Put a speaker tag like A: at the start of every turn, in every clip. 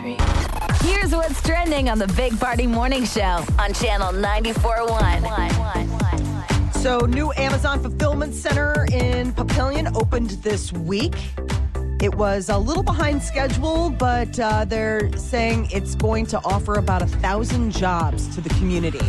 A: Here's what's trending on the Big Party Morning Show on Channel 94.1.
B: So, new Amazon fulfillment center in Papillion opened this week. It was a little behind schedule, but uh, they're saying it's going to offer about a thousand jobs to the community.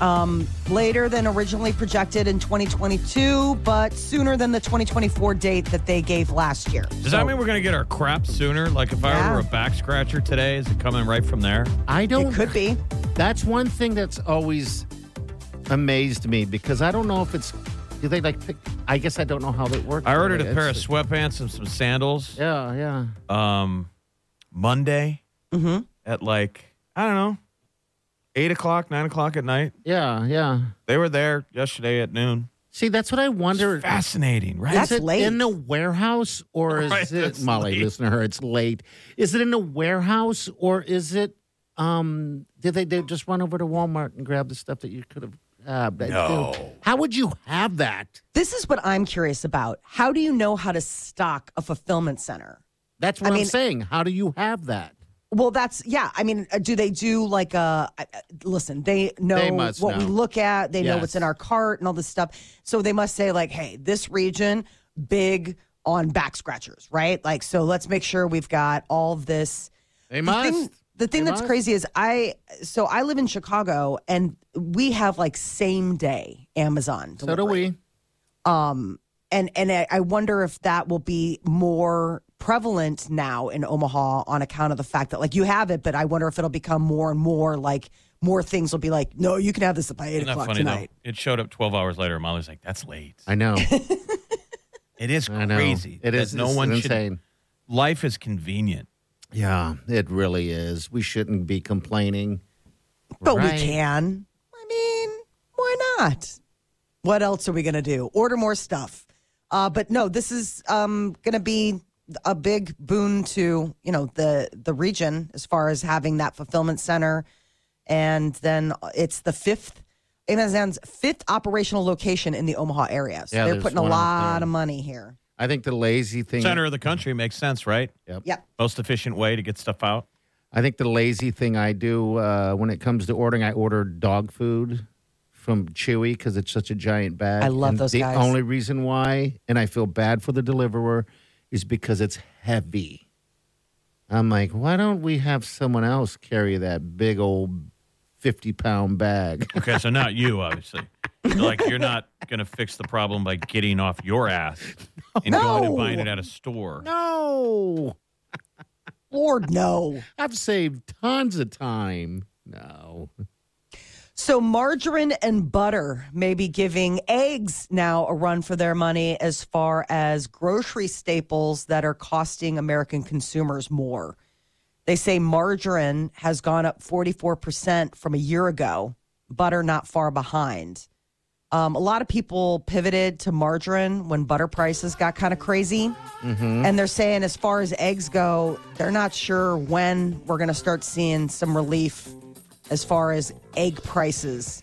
B: Um, later than originally projected in 2022, but sooner than the 2024 date that they gave last year.
C: Does that mean we're going to get our crap sooner? Like if I
B: Yeah.
C: were a back scratcher today, is it coming right from there?
D: I don't.
B: It could be.
D: That's one thing that's always amazed me because I don't know if it's. Do they like pick? I guess I don't know how they work.
C: I ordered a
D: It's-
C: pair of sweatpants and some sandals
D: Yeah, yeah.
C: um, Monday
D: Mm-hmm.
C: at like, I don't know, 8 o'clock, 9 o'clock at night.
D: Yeah, yeah.
C: They were there yesterday at noon.
D: See, that's what I wonder.
C: Fascinating, right?
B: That's
D: is it
B: late.
D: in a warehouse or is
C: Right,
D: it
C: it's
D: Molly?
C: late.
D: Listen to her. It's late. Is it in a warehouse or is it? um Did they, they just run over to Walmart and grab the stuff that you could have grabbed? I
C: No.
D: feel- How would you have that?
B: This is what I'm curious about. How do you know how to stock a fulfillment center?
D: That's what I am saying. How do you have that?
B: Well, that's yeah. I mean, uh, do they do like a I- I- listen? They know
D: They must
B: what we
D: know.
B: look at. They know
D: Yes.
B: what's in our cart and all this stuff. So they must say like, hey, this region big on back scratchers, right? Like, so let's make sure we've got all of this.
D: They
B: The thing, the thing
D: They
B: that's
D: must.
B: crazy is I. So I live in Chicago, and we have like same day Amazon.
D: So do
B: delivery.
D: we.
B: um and and I I wonder if that will be more prevalent now in Omaha on account of the fact that like you have it, but I wonder if it'll become more and more like more things will be like, no, you can have this by eight
C: Isn't that
B: o'clock
C: funny
B: tonight.
C: though? It showed up 12 hours later. Molly's like, "That's late."
D: I know.
C: It is
D: I know.
C: crazy.
D: It
C: that
D: is.
C: No
D: it's
C: one should.
D: insane.
C: Life is convenient.
D: Yeah, it really is. We shouldn't be complaining.
B: But
D: Right.
B: we can. I mean, why not? What else are we gonna do? Order more stuff. Uh, but no, this is um, gonna be a big boon to you know the the region as far as having that fulfillment center, and then it's the fifth Amazon's fifth operational location in the Omaha area. So
D: Yeah,
B: they're
D: there's
B: putting a
D: one out
B: lot
D: there.
B: of money here.
D: I think the lazy thing.
C: Center of the country makes sense, right?
B: Yep.
C: Most efficient way to get stuff out.
D: I think the lazy thing I do uh, when it comes to ordering, I order dog food from Chewy because it's such a giant bag.
B: I love
D: And
B: those
D: The
B: guys.
D: only reason why, and I feel bad for the deliverer, is because it's heavy. I'm like, why don't we have someone else carry that big old fifty pound bag?
C: Okay, so not you, obviously. You're like you're not gonna fix the problem by getting off your ass and going and buying it at a store.
D: no,
B: Lord no.
D: I've saved tons of time. No.
B: So, margarine and butter may be giving eggs now a run for their money as far as grocery staples that are costing American consumers more. They say margarine has gone up 44% from a year ago, butter not far behind. Um, a lot of people pivoted to margarine when butter prices got kind of crazy.
D: Mm-hmm.
B: And they're saying, as far as eggs go, they're not sure when we're going to start seeing some relief as far as egg prices.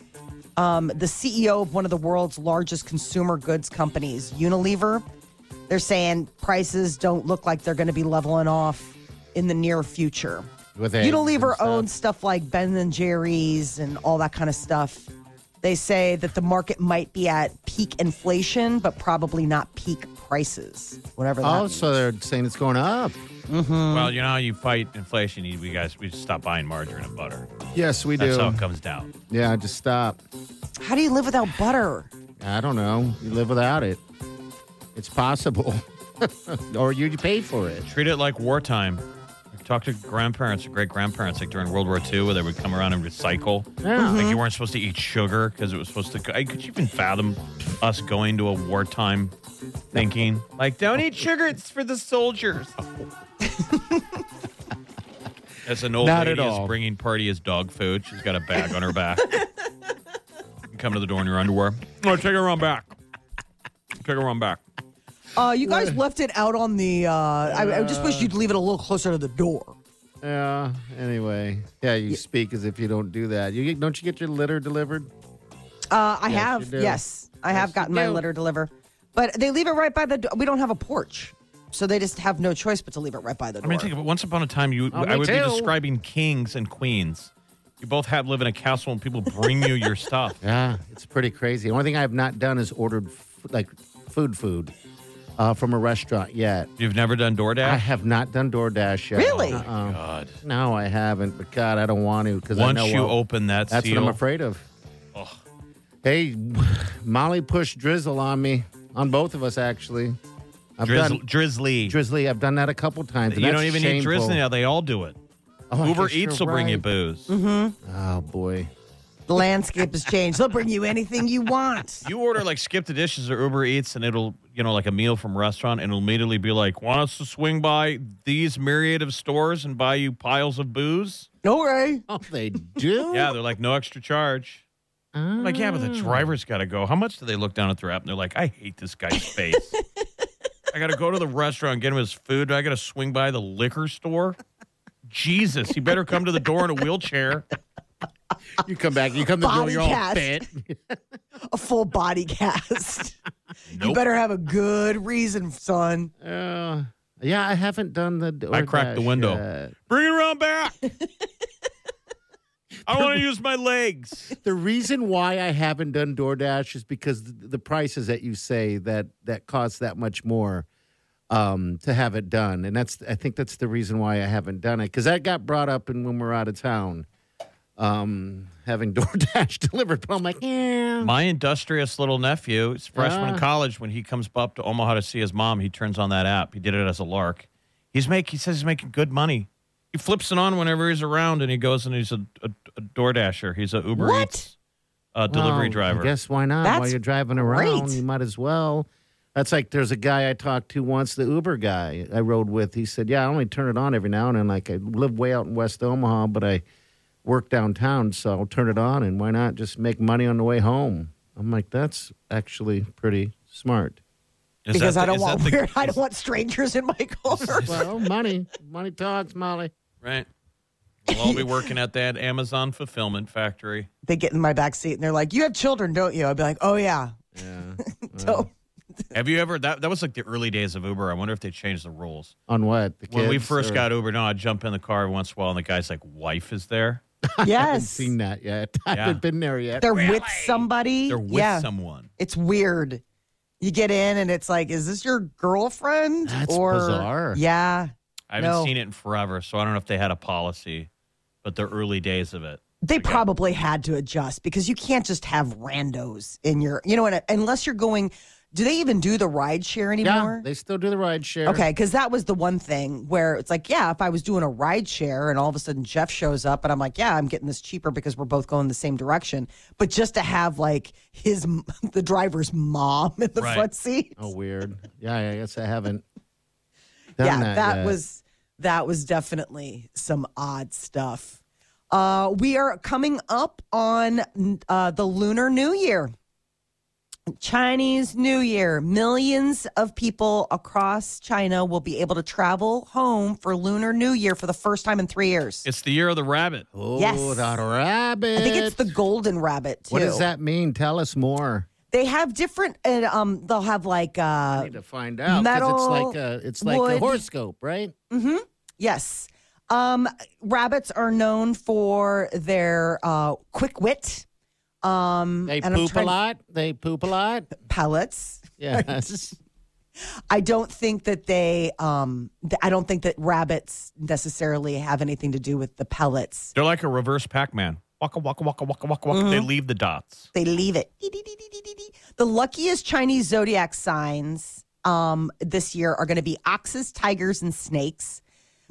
B: Um, the CEO of one of the world's largest consumer goods companies, Unilever, they're saying prices don't look like they're going to be leveling off in the near future.
D: With eggs
B: Unilever
D: and stuff.
B: owns stuff like Ben and Jerry's and all that kind of stuff. They say that the market might be at peak inflation, but probably not peak prices. Whatever that
D: Oh,
B: means.
D: so they're saying it's going up.
C: Well, you know how you fight inflation. You, we guys, we just stop buying margarine and butter.
D: Yes, we
C: That's
D: do.
C: how it comes down.
D: Yeah, just stop.
B: How do you live without butter?
D: I don't know. You live without it. It's possible. or you pay for it.
C: Treat it like wartime. Talk to grandparents or great grandparents, like during World War II, where they would come around and recycle.
D: Yeah. Mm-hmm.
C: Like you weren't supposed to eat sugar because it was supposed to. I, could you even fathom us going to a wartime thinking like, don't eat sugar, it's for the soldiers? As an old
D: Not
C: lady
D: at
C: is
D: all.
C: bringing party his dog food, she's got a bag on her back. You come to the door in your underwear. No, take her on back. Take her on back.
B: Uh, you guys left it out on the. Uh, I, I just wish you'd leave it a little closer to the door.
D: Yeah. Anyway, yeah, you speak as if you don't do that. You get, don't you get your litter delivered?
B: Uh, I
D: Yes,
B: have.
D: you do.
B: Yes, I have
D: you
B: gotten my
D: do.
B: litter delivered, but they leave it right by the. Do- we don't have a porch, so they just have no choice but to leave it right by the
C: I
B: door.
C: mean, think of it. Once upon a time, you
D: Oh, me
C: I would be
D: too.
C: describing kings and queens. You both have live in a castle, and people bring you your stuff.
D: Yeah, it's pretty crazy. The only thing I have not done is ordered f- like food, food uh, from a restaurant yet.
C: You've never done DoorDash.
D: I have not done DoorDash yet.
B: Really?
D: Uh-uh.
C: God.
D: No, I haven't. But God, I don't want to because
C: Once
D: I know
C: you
D: I'll-
C: open that
D: That's
C: seal,
D: what I'm afraid of. Hey, Molly pushed drizzle on me, on both of us actually. I've
C: Drizzle,
D: done
C: drizzly.
D: drizzly. I've done that a couple times. and
C: you
D: that's
C: don't even need
D: shameful.
C: drizzly now; they all do it.
D: Oh, I
C: Uber
D: guess you're
C: Eats will bring you
D: right.
C: booze.
D: Oh boy.
B: the landscape has changed. They'll bring you anything you want.
C: You order like skip the dishes or Uber Eats, and it'll you know like a meal from a restaurant, and it'll immediately be like, "Want us to swing by these myriad of stores and buy you piles of booze?"
B: No way.
D: Oh, they do.
C: Yeah, they're like, "No extra charge." I'm Like, yeah, but
B: Ah.
C: the driver's got to go. How much do they look down at their app and they're like, "I hate this guy's face." I got to go to the restaurant and get him his food. I got to swing by the liquor store. Jesus, he better come to the door in a wheelchair.
D: You come back. You come to the door.
B: Body
D: You're all
B: cast.
D: fit.
B: A full body cast. You
C: Nope.
B: better have a good reason, son.
D: Uh, yeah, I haven't done the.
C: I cracked the
D: DoorDash
C: window.
D: yet.
C: Bring it around back. I want to use my legs.
D: The reason why I haven't done DoorDash is because th- the prices that you say that that cost that much more um, to have it done, and that's I think that's the reason why I haven't done it because that got brought up in when we're out of town, um, having DoorDash delivered. But I'm like, yeah,
C: My industrious little nephew, he's a freshman in
D: Ah.
C: college, when he comes up to Omaha to see his mom, he turns on that app. He did it as a lark. He's make he says he's making good money. He flips it on whenever he's around, and he goes and he's a, a, a DoorDasher. He's a Uber
B: What?
C: Eats uh, delivery
D: Well,
C: driver.
D: I guess why not? While
B: That's
D: you're driving around,
B: great.
D: you might as well. That's like there's a guy I talked to once, the Uber guy I rode with. He said, "Yeah, I only turn it on every now and then. Like I live way out in West Omaha, but I work downtown, so I'll turn it on. And why not just make money on the way home?" I'm like, "That's actually pretty smart."
C: Is
B: because
C: that
B: I
C: the-
B: don't
C: is
B: want
C: that the-
B: weird. I don't want strangers in my car.
D: well, money, money talks, Molly.
C: right. We'll all be working at that Amazon fulfillment factory.
B: they get in my back seat and they're like, "You have children, don't you?" I'd be like, "Oh yeah."
C: Oh.
B: Oh, Don't-
C: Have you ever that that was like the early days of Uber? I wonder if they changed the rules.
D: On what? The
C: When we
D: kids
C: first
D: or-
C: got Uber, no, I'd jump in the car every once in a while, and the guy's like, wife is there.
B: yes.
D: seen that yet? I
C: Yeah.
D: haven't been there yet.
B: They're with somebody.
C: They're with
B: yeah.
C: someone.
B: It's weird. You get in and it's like, "Is this your girlfriend?"
D: That's
B: or
D: bizarre.
B: Yeah.
C: I haven't
B: No.
C: seen it in forever, so I don't know if they had a policy, but the early days of it.
B: They probably had to adjust because you can't just have randos in your, you know, and unless you're going, do they even do the ride share
D: yeah,
B: anymore?
D: they still do the ride share.
B: Okay, because that was the one thing where it's like, yeah, if I was doing a ride share and all of a sudden Jeff shows up and I'm like, yeah, I'm getting this cheaper because we're both going the same direction. But just to have like his, the driver's mom in the
C: Right.
B: front seat.
D: Oh, weird. Yeah, I guess I haven't. Done
B: yeah,
D: that,
B: that,
D: yet.
B: was, that was definitely some odd stuff. Uh, we are coming up on uh, the Lunar New Year. Chinese New Year. Millions of people across China will be able to travel home for Lunar New Year for the first time in three years.
C: It's the year of the rabbit.
D: Oh,
B: Yes.
D: that rabbit.
B: I think it's the golden rabbit too.
D: What does that mean? Tell us more.
B: They have different, and um, they'll have like
D: I
B: uh,
D: need to find out. 'cause
B: metal,
D: it's like a, it's like a
B: wood.
D: horoscope, right?
B: yes, um, rabbits are known for their uh, quick wit. Um,
D: They
B: and I'm
D: poop
B: trying-
D: a lot. They poop a lot.
B: Pellets.
D: Yes.
B: I don't think that they. Um, th- I don't think that rabbits necessarily have anything to do with the pellets.
C: They're like a reverse Pac-Man. Waka waka waka waka waka waka. They leave the dots.
B: They leave it. Dee, dee, dee, dee, dee, dee, dee. The luckiest Chinese zodiac signs um, this year are going to be oxes, tigers, and snakes.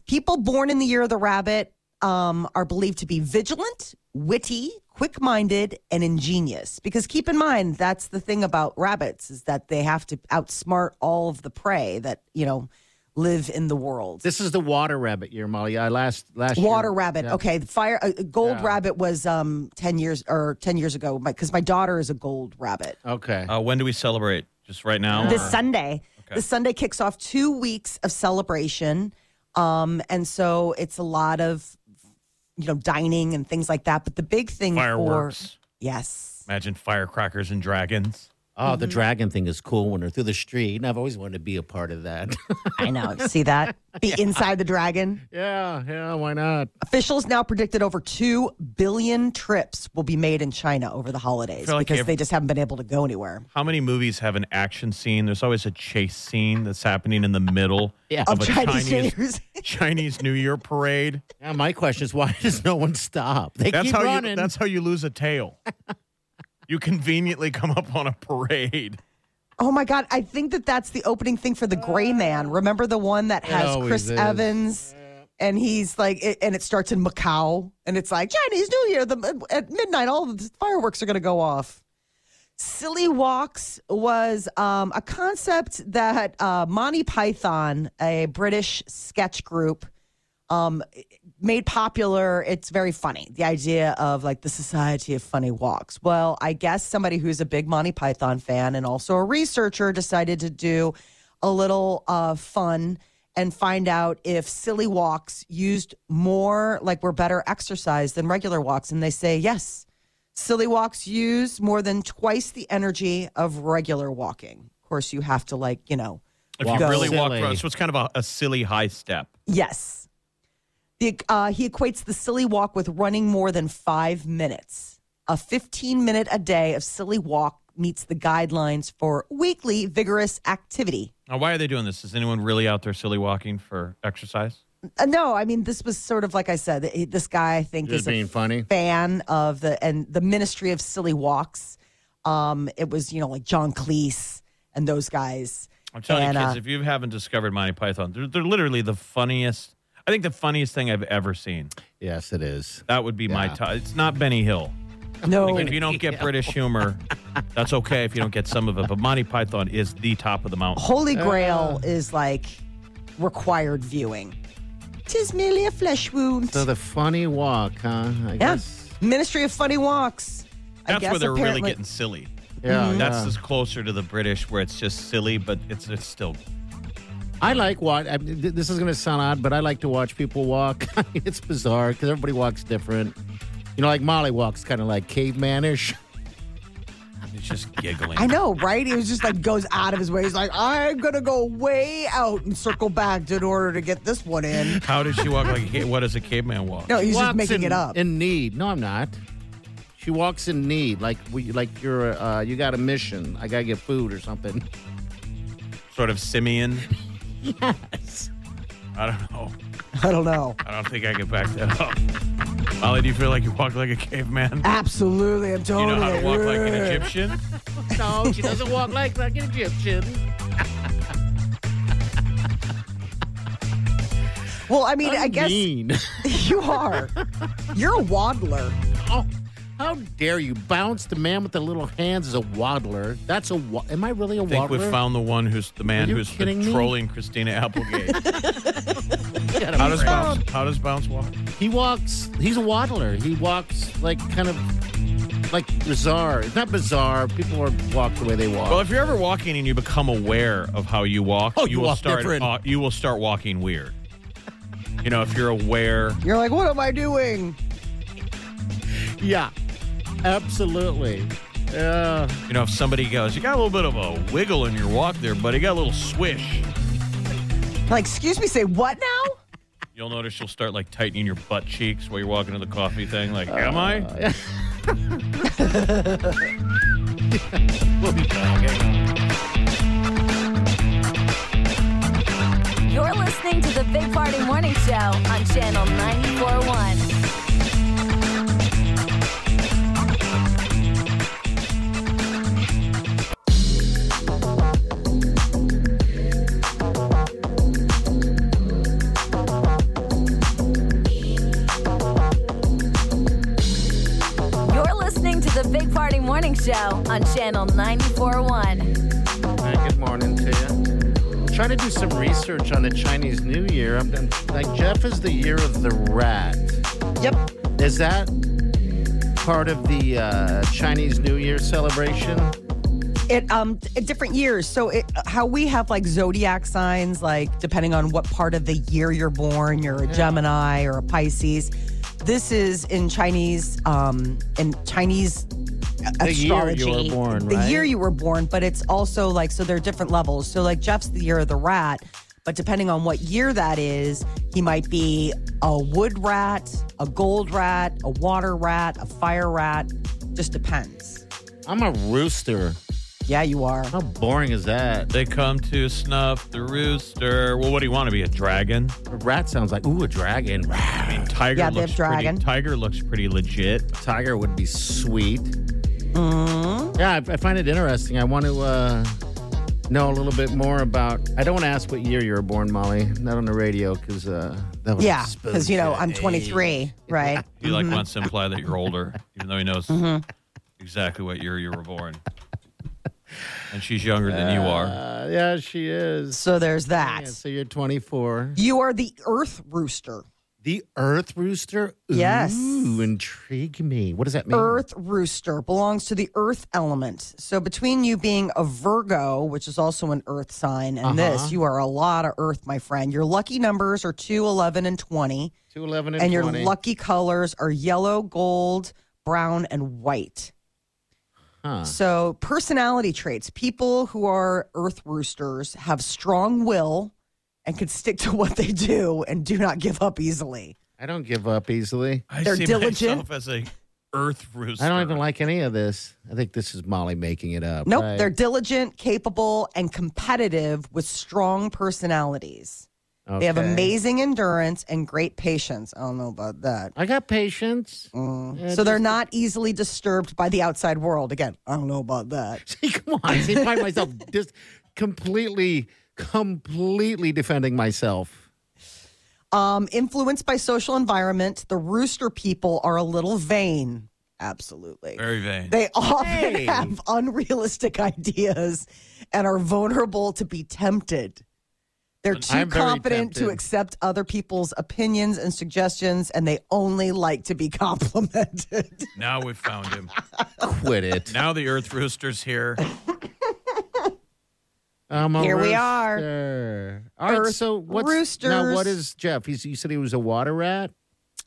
B: People born in the year of the rabbit um, are believed to be vigilant, witty, quick minded, and ingenious. Because keep in mind, that's the thing about rabbits is that they have to outsmart all of the prey that, you know, live in the world.
D: This is the water rabbit year, Molly. I last last year-
B: Water rabbit.
D: Yeah.
B: Okay, the fire uh, gold
D: Yeah.
B: rabbit was um ten years or ten years ago. Because my daughter is a gold rabbit.
D: Okay.
C: Uh, when do we celebrate? Just right now?
B: This
C: or-
B: Sunday,
C: Okay.
B: this Sunday kicks off two weeks of celebration, um, and so it's a lot of you know dining and things like that. But the big thing for
C: Fireworks.
B: yes,
C: Imagine firecrackers and dragons.
D: oh, the dragon thing is cool when they're through the street, and I've always wanted to be a part of that.
B: I know. See that be inside the dragon.
D: yeah, yeah. Why not?
B: Officials now predicted over 2 billion trips will be made in China over the holidays
C: Feel like
B: because
C: ev-
B: they just haven't been able to go anywhere.
C: How many movies have an action scene? There's always a chase scene that's happening in the middle
D: Yeah.
C: of
B: Of
C: a
B: Chinese New
C: Chinese,
B: Year's.
C: Chinese New Year parade.
D: Now my question is, why does no one stop? They
C: That's
D: keep
C: how
D: running.
C: you. That's how you lose a tail. you conveniently come up on a parade.
B: Oh my God. I think that that's the opening thing for The Gray Man. Remember the one that has
D: always
B: Chris
D: is.
B: Evans? And he's like, it, and it starts in Macau, and it's like Chinese New Year. The at midnight, all the fireworks are going to go off. Silly walks was um, a concept that uh, Monty Python, a British sketch group, um, made popular. It's very funny. The idea of like the Society of Funny Walks. Well, I guess somebody who's a big Monty Python fan and also a researcher decided to do a little uh, fun and find out if silly walks used more like were better exercise than regular walks. And they say yes. Silly walks use more than twice the energy of regular walking. Of course, you have to like you know
C: If
D: Walk
C: you really walk,
D: silly.
C: around, so it's kind of a, a silly high step.
B: Yes. The, uh, he equates the silly walk with running more than five minutes. A 15 minute a day of silly walk meets the guidelines for weekly vigorous activity.
C: Now, why are they doing this? Is anyone really out there silly walking for exercise?
B: Uh, no, I mean, this was sort of like I said, th- this guy, I think,
D: Just
B: is a
D: being funny.
B: fan of the and the Ministry of Silly Walks. Um, it was, you know, like John Cleese and those guys.
C: I'm telling
B: And,
C: you, kids,
B: uh,
C: if you haven't discovered Monty Python, they're, they're literally the funniest. I think the funniest thing I've ever seen.
D: Yes, it is.
C: That would be my
D: Yeah.
C: top. It's not Benny Hill.
B: uh, No,
C: Like, if you don't get British humor, that's okay if you don't get some of it. But Monty Python is the top of the mountain.
B: Holy Grail is like required viewing. Tis merely a flesh wound.
D: So the funny walk, huh? I
B: Yeah.
D: guess.
B: Ministry of Funny Walks. I
C: That's
B: guess
C: where they're really
B: apparently-
C: getting silly.
D: Yeah.
B: Mm-hmm.
C: That's
D: yeah.
C: just closer to the British, where it's just silly, but it's it's still.
D: I like what I mean, th- this is going to sound odd, but I like to watch people walk. I mean, it's bizarre because everybody walks different. You know, like Molly walks kind of like cavemanish.
C: It's just giggling.
B: I know, right? He was just like goes out of his way. He's like, I'm gonna go way out and circle back in order to get this one in.
C: How does she walk like? A, ca- what does a caveman walk?
B: No, he's just
D: Walks
B: making
D: in-
B: it up.
D: in need. No, I'm not. She walks in need, like we, like you're uh, you got a mission. I gotta get food or something.
C: Sort of simian. I don't know.
B: I don't know.
C: I don't think I can back that up. Molly, do you feel like you walk like a caveman?
B: Absolutely, I'm
C: You
B: totally.
C: know how to walk like an Egyptian?
D: No, she doesn't walk like like an Egyptian.
B: Well, I mean, i guess
D: Mean.
B: you are. You're a waddler.
D: oh, how dare you bounce the man with the little hands as a waddler? That's a. Wa- am I really a
C: I think
D: waddler?
C: we found the one who's the man
D: Are you
C: who's
D: kidding me?
C: trolling Christina Applegate.
D: Get him,
C: how does
D: Frank.
C: bounce? How does bounce walk?
D: He walks. He's a waddler. He walks like kind of like bizarre. It's not bizarre. People are walk the way they walk.
C: Well, if you're ever walking and you become aware of how you walk,
D: Oh,
C: you,
D: you
C: will
D: walk
C: start.
D: different.
C: Uh, you will start walking weird. You know, if you're aware.
B: You're like, what am I doing?
D: yeah, absolutely. Uh, Yeah.
C: You know, if somebody goes, you got a little bit of a wiggle in your walk there, buddy, you got a little swish,
B: Like, excuse me, say what now?
C: you'll notice you'll start like tightening your butt cheeks while you're walking to the coffee thing. Like, am I? We'll be back. Hang on.
A: You're listening to the Big Party Morning Show on Channel 941. You're listening to the Big Party Morning Show on Channel 941.
D: Hey, good morning to you. trying to do some research on the Chinese New Year. I'm, I'm like, Jeff is the year of the rat.
B: Yep.
D: Is that part of the uh, Chinese New Year celebration?
B: It um at different years. So it uh, how we have like zodiac signs, like depending on what part of the year you're born, you're a Gemini or a Pisces. This is in Chinese um in Chinese
D: The year
B: astrology.
D: you were born,
B: the
D: right?
B: year you were born, but it's also like so there are different levels. So like Jeff's the year of the rat, but depending on what year that is, he might be a wood rat, a gold rat, a water rat, a fire rat. Just depends.
D: I'm a rooster.
B: Yeah, you are.
D: How boring is that?
C: They come to snuff the rooster. Well, what do you want to be? A dragon?
D: A rat sounds like ooh a dragon.
C: I mean, tiger
B: Yeah, they have
C: looks
B: dragon.
C: pretty. Tiger looks pretty legit.
D: Tiger would be sweet.
B: Mm-hmm.
D: Yeah, I, I find it interesting. I want to uh, know a little bit more about. I don't want to ask what year you were born, Molly. Not on the radio because uh, that would
B: Yeah,
D: expose
B: because you know
D: your
B: I'm
D: age.
B: 23, right?
C: He like wants to imply that you're older, even though he knows
B: Mm-hmm.
C: exactly what year you were born. And she's younger than you are.
D: Uh, yeah, she is.
B: So there's
D: Yeah,
B: that.
D: so you're 24.
B: You are the Earth Rooster.
D: The Earth Rooster. Ooh,
B: Yes.
D: intrigue me. What does that mean?
B: Earth Rooster belongs to the Earth element. So between you being a Virgo, which is also an Earth sign, and
D: Uh-huh.
B: this, you are a lot of Earth, my friend. Your lucky numbers are 2, 11, and 20,
D: Two eleven and,
B: and
D: 20.
B: your lucky colors are yellow, gold, brown, and white.
D: Huh.
B: So, personality traits. People who are earth roosters have strong will and can stick to what they do and do not give up easily.
D: I don't give up easily.
C: I
B: They're
C: see
B: diligent.
C: myself as a earth rooster.
D: I don't even like any of this. I think this is Molly making it up.
B: Nope,
D: right?
B: they're diligent, capable, and competitive with strong personalities. They have
D: Okay.
B: amazing endurance and great patience. I don't know about that.
D: I got patience.
B: Mm. so, they're not easily disturbed by the outside world. Again, I don't know about that.
D: See, come on. See, find myself just completely, completely defending myself.
B: Um, influenced by social environment, the rooster people are a little vain. Absolutely.
C: Very vain.
B: They often have unrealistic ideas and are vulnerable to be tempted. They're too
D: I'm very
B: confident to
D: tempted.
B: accept other people's opinions and suggestions, and they only like to be complimented.
C: Now we've found him.
D: Quit it.
C: Now the earth rooster's here.
D: I'm a
B: Here we are.
D: rooster. All right.
B: Earth
D: so what's now? What
B: roosters.
D: is Jeff? He's, you said he was a water rat.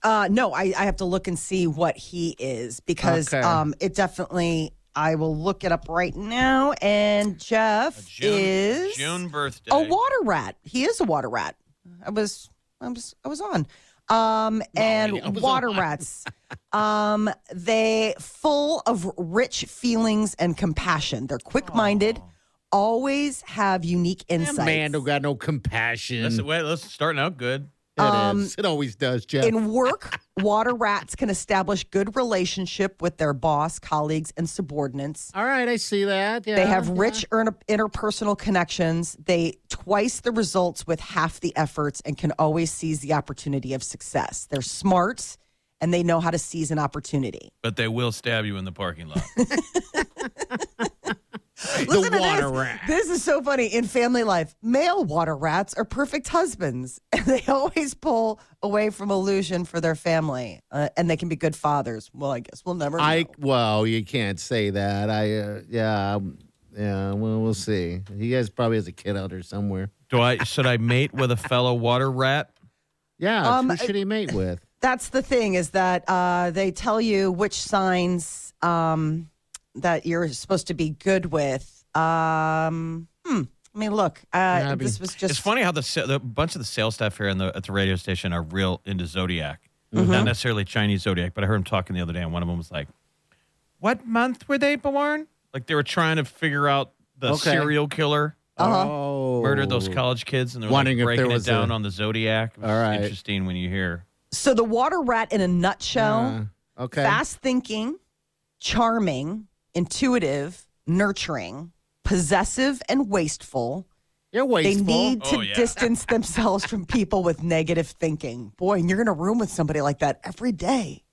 B: Uh, no, I, I have to look and see what he is because
D: Okay.
B: um, it definitely. I will look it up right now. And Jeff
C: June,
B: is
C: June birthday.
B: a water rat. He is a water rat. I was I was I was on. Um and
D: I was
B: water rats. Um they full of rich feelings and compassion. They're quick-minded, always have unique
D: That man
B: insights.
D: don't got no compassion.
C: Let's, wait, let's starting out good.
D: It is. It always does, Jeff.
B: um, In work, water rats can establish good relationship with their boss, colleagues, and subordinates.
D: All right, I see that. Yeah.
B: They have rich inter- interpersonal connections. They twice the results with half the efforts and can always seize the opportunity of success. They're smart and they know how to seize an opportunity.
C: But they will stab you in the parking lot.
B: Listen to
D: water
B: this.
D: rat.
B: This is so funny. In family life, male water rats are perfect husbands and they always pull away from illusion for their family uh, and they can be good fathers. Well, I guess we'll never know.
D: I well, you can't say that. I uh, yeah um, yeah. Well, we'll see. He guys probably has a kid out there somewhere.
C: Do I should I mate with a fellow water rat?
D: Yeah.
B: Um,
D: who should he mate with?
B: that's the thing is that uh, they tell you which signs um, that you're supposed to be good with. Um, hmm. I mean, look, uh,
D: Abby.
B: this was just
C: It's funny how the, sa- the bunch of the sales staff here in the, at the radio station are real into zodiac,
B: Mm-hmm.
C: not necessarily Chinese zodiac. But I heard them talking the other day, and one of them was like, "What month were they born?" Like they were trying to figure out the
D: Okay.
C: serial killer
B: Uh-huh.
D: Oh,
C: murdered those college kids, and they're
D: Wondering
C: like
D: if
C: breaking
D: there was
C: it down
D: a-
C: on the zodiac. It was
D: All right.
C: interesting when you hear.
B: So the water rat, in a nutshell,
D: Uh, okay.
B: fast thinking, charming, intuitive, nurturing, possessive, and wasteful.
D: You're wasteful.
B: They need to
C: Oh, yeah.
B: distance themselves from people with negative thinking. Boy, and you're in a room with somebody like that every day.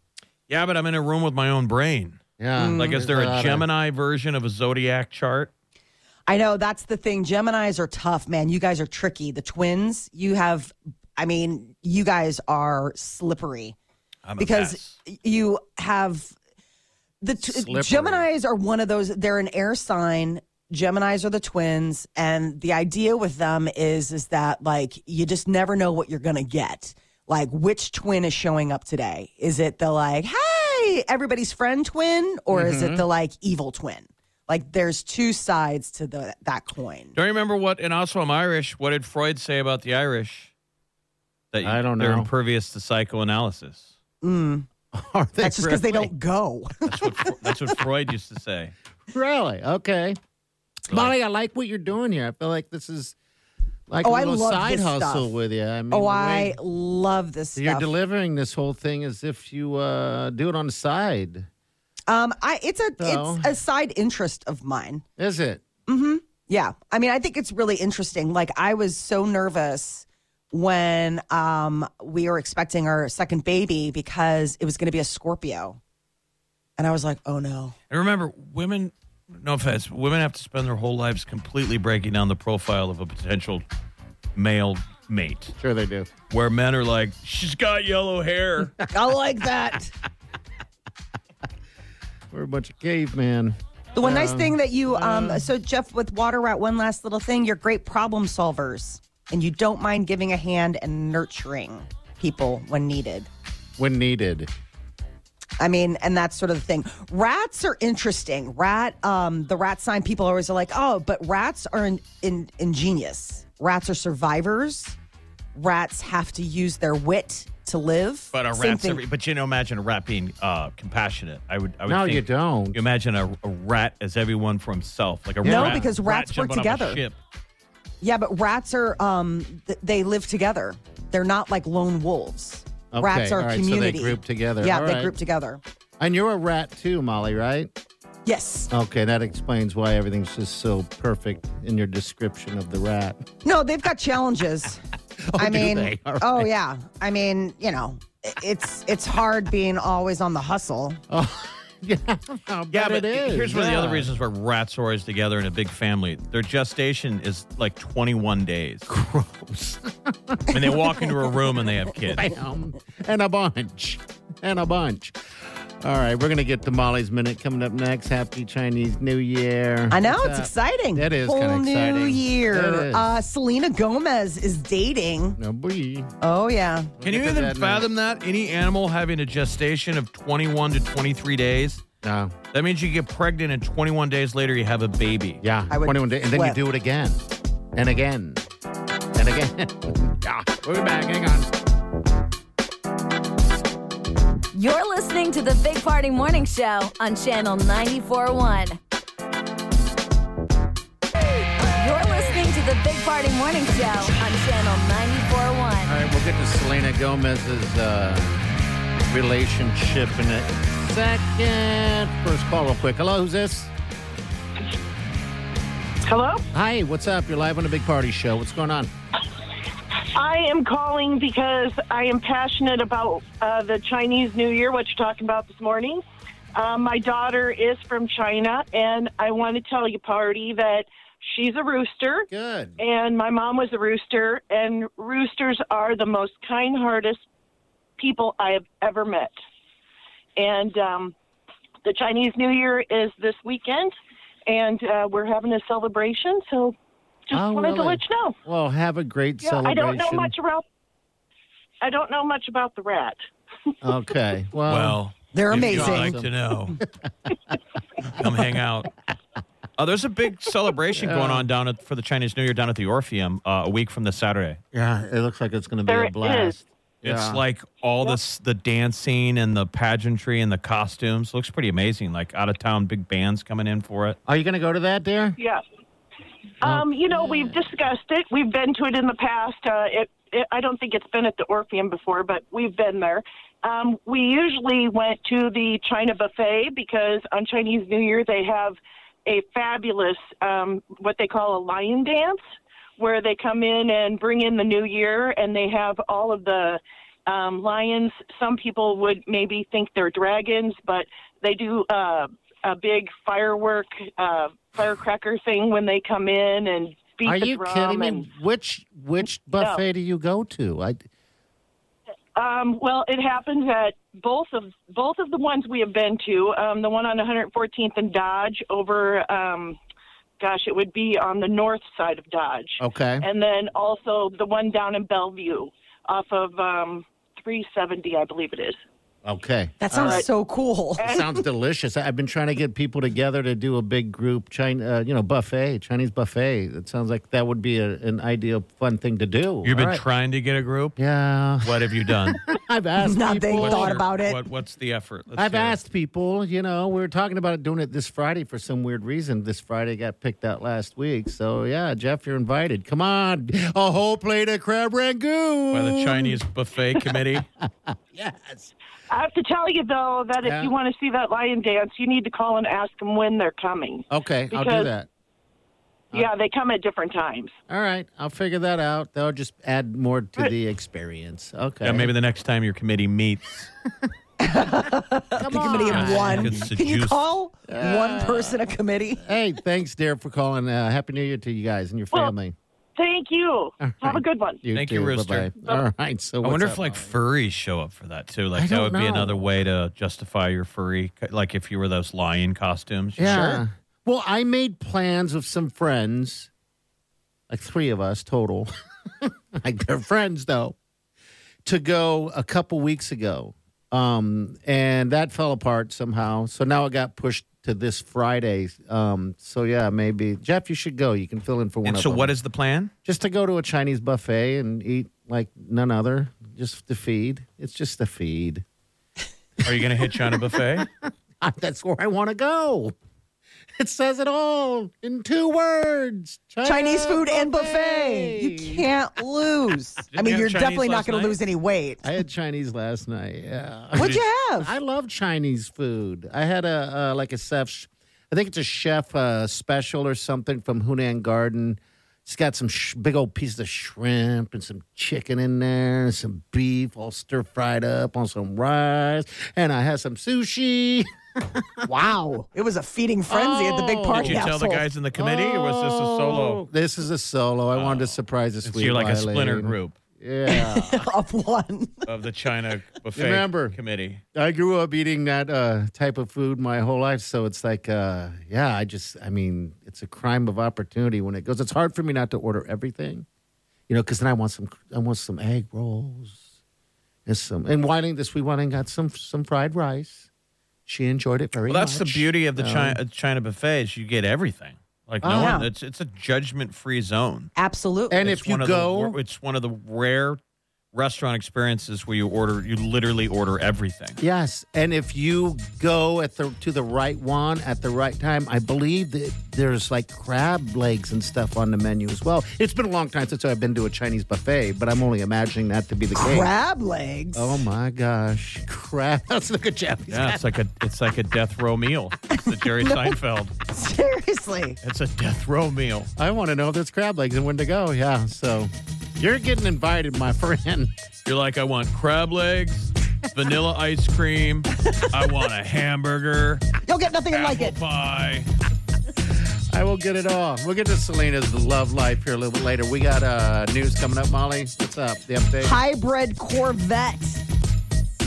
C: Yeah, but I'm in a room with my own brain.
D: yeah.
C: Mm. Like, is
D: There's
C: there
D: lot
C: a
D: of-
C: Gemini version of a zodiac chart?
B: I know that's the thing. Geminis are tough, man. You guys are tricky. The twins, you have, I mean, you guys are slippery
C: I'm a
B: because
C: mess.
B: you have the t-
D: Slippery.
B: Geminis are one of those. They're an air sign. Geminis are the twins, and the idea with them is is that like you just never know what you're gonna get. Like which twin is showing up today? Is it the like hey everybody's friend twin, or is
D: Mm-hmm.
B: it the like evil twin? Like there's two sides to the that coin.
C: Don't you remember what, and also I'm Irish. What did Freud say about the Irish? That
D: I don't
C: They're
D: know.
C: impervious to psychoanalysis.
D: Are they
B: That's just because they
D: really?
B: don't go.
C: That's what, Fre- that's what Freud used to say.
D: Really? Okay. Molly, I like what you're doing here. I feel like this is like
B: Oh,
D: a
B: I
D: little
B: love
D: side
B: this
D: hustle
B: stuff.
D: with you. I mean,
B: oh,
D: the
B: I
D: way
B: love this stuff.
D: you're delivering this whole thing as if you uh, do it on the side.
B: Um, I it's a
D: So-
B: it's a side interest of mine.
D: Is it?
B: Yeah, I mean, I think it's really interesting. Like, I was so nervous when um we were expecting our second baby because it was going to be a Scorpio, and I was like, oh no,
C: And remember, women, no offense, women have to spend their whole lives completely breaking down the profile of a potential male mate,
D: Sure, they do.
C: where men are like, she's got yellow hair.
B: I like that.
D: We're a bunch of cavemen.
B: The one nice thing that you um so Jeff with Water Rat, one last little thing, you're great problem solvers, and you don't mind giving a hand and nurturing people when needed.
D: when needed.
B: I mean, and that's sort of the thing. Rats are interesting. Rat, um, the rat sign people always are like, oh, but rats are in, in, ingenious. Rats are survivors. Rats have to use their wit to live.
C: But a
B: Same
C: rat's
B: thing.
C: every, but you know, imagine a rat being uh, compassionate. I would, I would.
D: No,
C: think-
D: you don't.
C: You imagine a, a rat as everyone for himself, like a
B: No,
C: rat,
B: because
C: rat
B: rats work
C: jumping off a
B: together.
C: ship.
B: Yeah, but rats are um, th- they live together. They're not like lone wolves.
D: Okay,
B: rats are
D: all right, so they
B: community.
D: group together.
B: Yeah,
D: All
B: they
D: right.
B: group together.
D: And you're a rat too, Molly, right?
B: Yes.
D: Okay, that explains why everything's just so perfect in your description of the rat.
B: No, they've got challenges. I
D: do
B: mean,
D: they? All
B: oh yeah. I mean, you know, i- it's it's hard being always on the hustle.
D: Oh, yeah,
C: Yeah, but
D: it is.
C: here's one of the
D: yeah.
C: other reasons why rats are always together in a big family. Their gestation is like 21 days. Gross. and they walk into a room and they have kids.
D: Bam. And a bunch. And a bunch. All right, we're going to get to Molly's Minute coming up next. Happy Chinese New Year.
B: I know
D: What's
B: it's
D: up?
B: exciting.
D: That is
B: whole
D: kinda
B: new
D: exciting.
B: year.
D: It is.
B: Uh, Selena Gomez is dating.
D: No, we.
B: Oh yeah,
C: Can you
D: Look at
C: even
D: that
C: fathom that? Any animal having a gestation of 21 to 23 days?
D: No.
C: That means you get pregnant and 21 days later you have a baby.
D: Yeah.
B: I would
D: 21 days. And then
B: flip.
D: you do it again. And again. And again. yeah. We'll be back. Hang on.
A: You're listening to the Big Party Morning Show on Channel 941. You're listening to the Big Party Morning Show on Channel 941.
D: All right, we'll get to Selena Gomez's uh, relationship in a second. First call, real quick. Hello, who's this?
E: Hello?
D: Hi, what's up? You're live on the Big Party Show. What's going on?
E: I am calling because I am passionate about uh, the Chinese New Year, what you're talking about this morning. Um, my daughter is from China, and I want to tell you, Party, that she's a rooster,
D: Good.
E: and my mom was a rooster, and roosters are the most kind hearted people I have ever met. And um, the Chinese New Year is this weekend, and uh, we're having a celebration, so just
D: Oh,
E: wanted to
D: really?
E: let you know.
D: Well, have a great
E: Yeah, I
D: celebration.
E: don't know much about. I don't know much about the rat.
D: Okay. Well,
C: Well,
B: they're
C: if
B: amazing.
C: You'd like to know. Come hang out. Uh, there's a big celebration going on down at, for the Chinese New Year down at the Orpheum uh, a week from this Saturday.
D: yeah, it looks like it's going to be
E: There
D: a
E: it
D: blast.
E: is.
D: Yeah.
C: It's like all this the dancing and the pageantry and the costumes looks pretty amazing. Like out of town big bands coming in for it.
D: Are you going to go to that, dear?
E: Yeah. Um, you know, we've discussed it. We've been to it in the past. Uh, it, it, I don't think it's been at the Orpheum before, but we've been there. Um, we usually went to the China buffet because on Chinese New Year they have a fabulous um, what they call a lion dance, where they come in and bring in the new year, and they have all of the um, lions. Some people would maybe think they're dragons, but they do uh, a big firework uh, firecracker thing when they come in and beat
D: Are
E: the
D: you
E: drum.
D: kidding
E: and,
D: me? Which which buffet do you go to? I
E: Um, well, it happens at both of both of the ones we have been to. Um, the one on 114th and Dodge over, um, gosh, it would be on the north side of Dodge,
D: okay.
E: and then also the one down in Bellevue off of um, 370, I believe it is.
D: Okay.
B: That sounds so cool.
D: That sounds delicious. I- I've been trying to get people together to do a big group China, uh, you know, buffet, Chinese buffet. It sounds like that would be a, an ideal fun thing to do.
C: You've been
D: All right.
C: trying to get a group.
D: Yeah.
C: What have you done?
D: I've asked
B: Nothing.
D: people.
C: What's
B: Thought about it.
C: What, what's the effort? Let's
D: I've
C: hear it.
D: asked people, you know, we were talking about doing it this Friday for some weird reason. This Friday got picked out last week. So, yeah, Jeff, you're invited. Come on. A whole plate of crab rangoon.
C: by the Chinese buffet committee.
D: Yes.
E: I have to tell you though that
D: Yeah.
E: if you want to see that lion dance, you need to call and ask them when they're coming.
D: Okay, I'll do
E: Because-
D: that. Uh-huh.
E: Yeah, they come at different times.
D: All right, I'll figure that out. That'll just add more to the experience. Okay.
C: yeah, maybe the next time your committee meets,
B: the committee of
C: Yeah,
B: one.
C: you could
B: Can you
C: seduce-
B: call one person a committee?
D: Hey, thanks, dear, for calling. Uh, Happy New Year to you guys and your
E: Well,
D: family.
E: Thank you. Have a
D: right.
E: good one.
C: Thank you,
D: too.
C: Rooster.
D: Bye-bye. All right. So
C: I
D: what's
C: wonder
D: up,
C: if like
D: Molly?
C: furries show up for that too.
D: I
C: Like that
D: don't
C: would be
D: know.
C: another way to justify your furry, like if you were those lion costumes.
D: yeah. Well, I made plans with some friends, like three of us total. like they're friends though, to go a couple weeks ago, um, and that fell apart somehow. So now it got pushed to this Friday. Um, so yeah, maybe Jeff, you should go. You can fill in for one.
C: And
D: of
C: so,
D: them.
C: what is the plan?
D: just to go to a Chinese buffet and eat like none other, just to feed. It's just to feed.
C: Are you going to hit China buffet?
D: That's where I want to go. It says it all in two words: China
B: Chinese food and buffet. You can't lose. I
C: you
B: mean,
C: have
B: you're
C: Chinese
B: definitely
C: last
B: not going
C: night?
B: to lose any weight.
D: I had Chinese last night. Yeah.
B: What'd you have?
D: I love Chinese food. I had a uh, like a chef. I think it's a chef uh, special or something from Hunan Garden. It's got some sh- big old pieces of shrimp and some chicken in there, and some beef all stir fried up on some rice, and I had some sushi.
B: wow, it was a feeding frenzy at the big
D: Oh.
C: Did
B: party
C: you tell the
B: household.
C: guys in the committee, or was this a
D: Oh,
C: solo? Oh.
D: This is a solo. I wanted to surprise this
C: So you're like a splinter group
D: Yeah.
B: of one.
C: of the China buffet
D: Remember.
C: committee.
D: I grew up eating that uh, type of food my whole life, so it's like, uh, yeah, I just, I mean, it's a crime of opportunity when it goes. It's hard for me not to order everything, you know, because then I want some, I want some egg rolls, and some, and whining this we went and got some some fried rice. She enjoyed it very
C: Well, that's the
D: much. uh,
C: beauty of the China, China buffet is you get everything. Like no
D: Oh,
C: one,
B: yeah.
C: it's it's a judgment free zone.
B: Absolutely.
D: And
C: it's
D: if you
C: one of
D: go,
C: the, wa- it's one of the rare restaurant experiences where you order, you literally order everything.
D: Yes, and if you go at the to the right one at the right time, I believe that there's like crab legs and stuff on the menu as well. It's been a long time since I've been to a Chinese buffet, but I'm only imagining that to be the case.
B: crab legs.
D: Oh my gosh, crab! Let's look at Jeff. He's
C: Yeah, it's like a it's like a death row meal. It's the Jerry Seinfeld.
B: Seriously.
C: It's a death row meal.
D: I want to know if there's crab legs and when to go. Yeah, so you're getting invited, my friend.
C: You're like, I want crab legs, vanilla ice cream, I want a hamburger,
B: You'll get nothing like
C: apple
B: it.
C: pie.
D: I will get it all. We'll get to Selena's love life here a little bit later. We got uh, news coming up, Molly. What's up? The update.
B: Hybrid Corvette.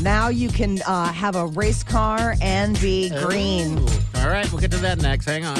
B: Now you can uh, have a race car and be green.
D: All right, we'll get to that next. Hang on.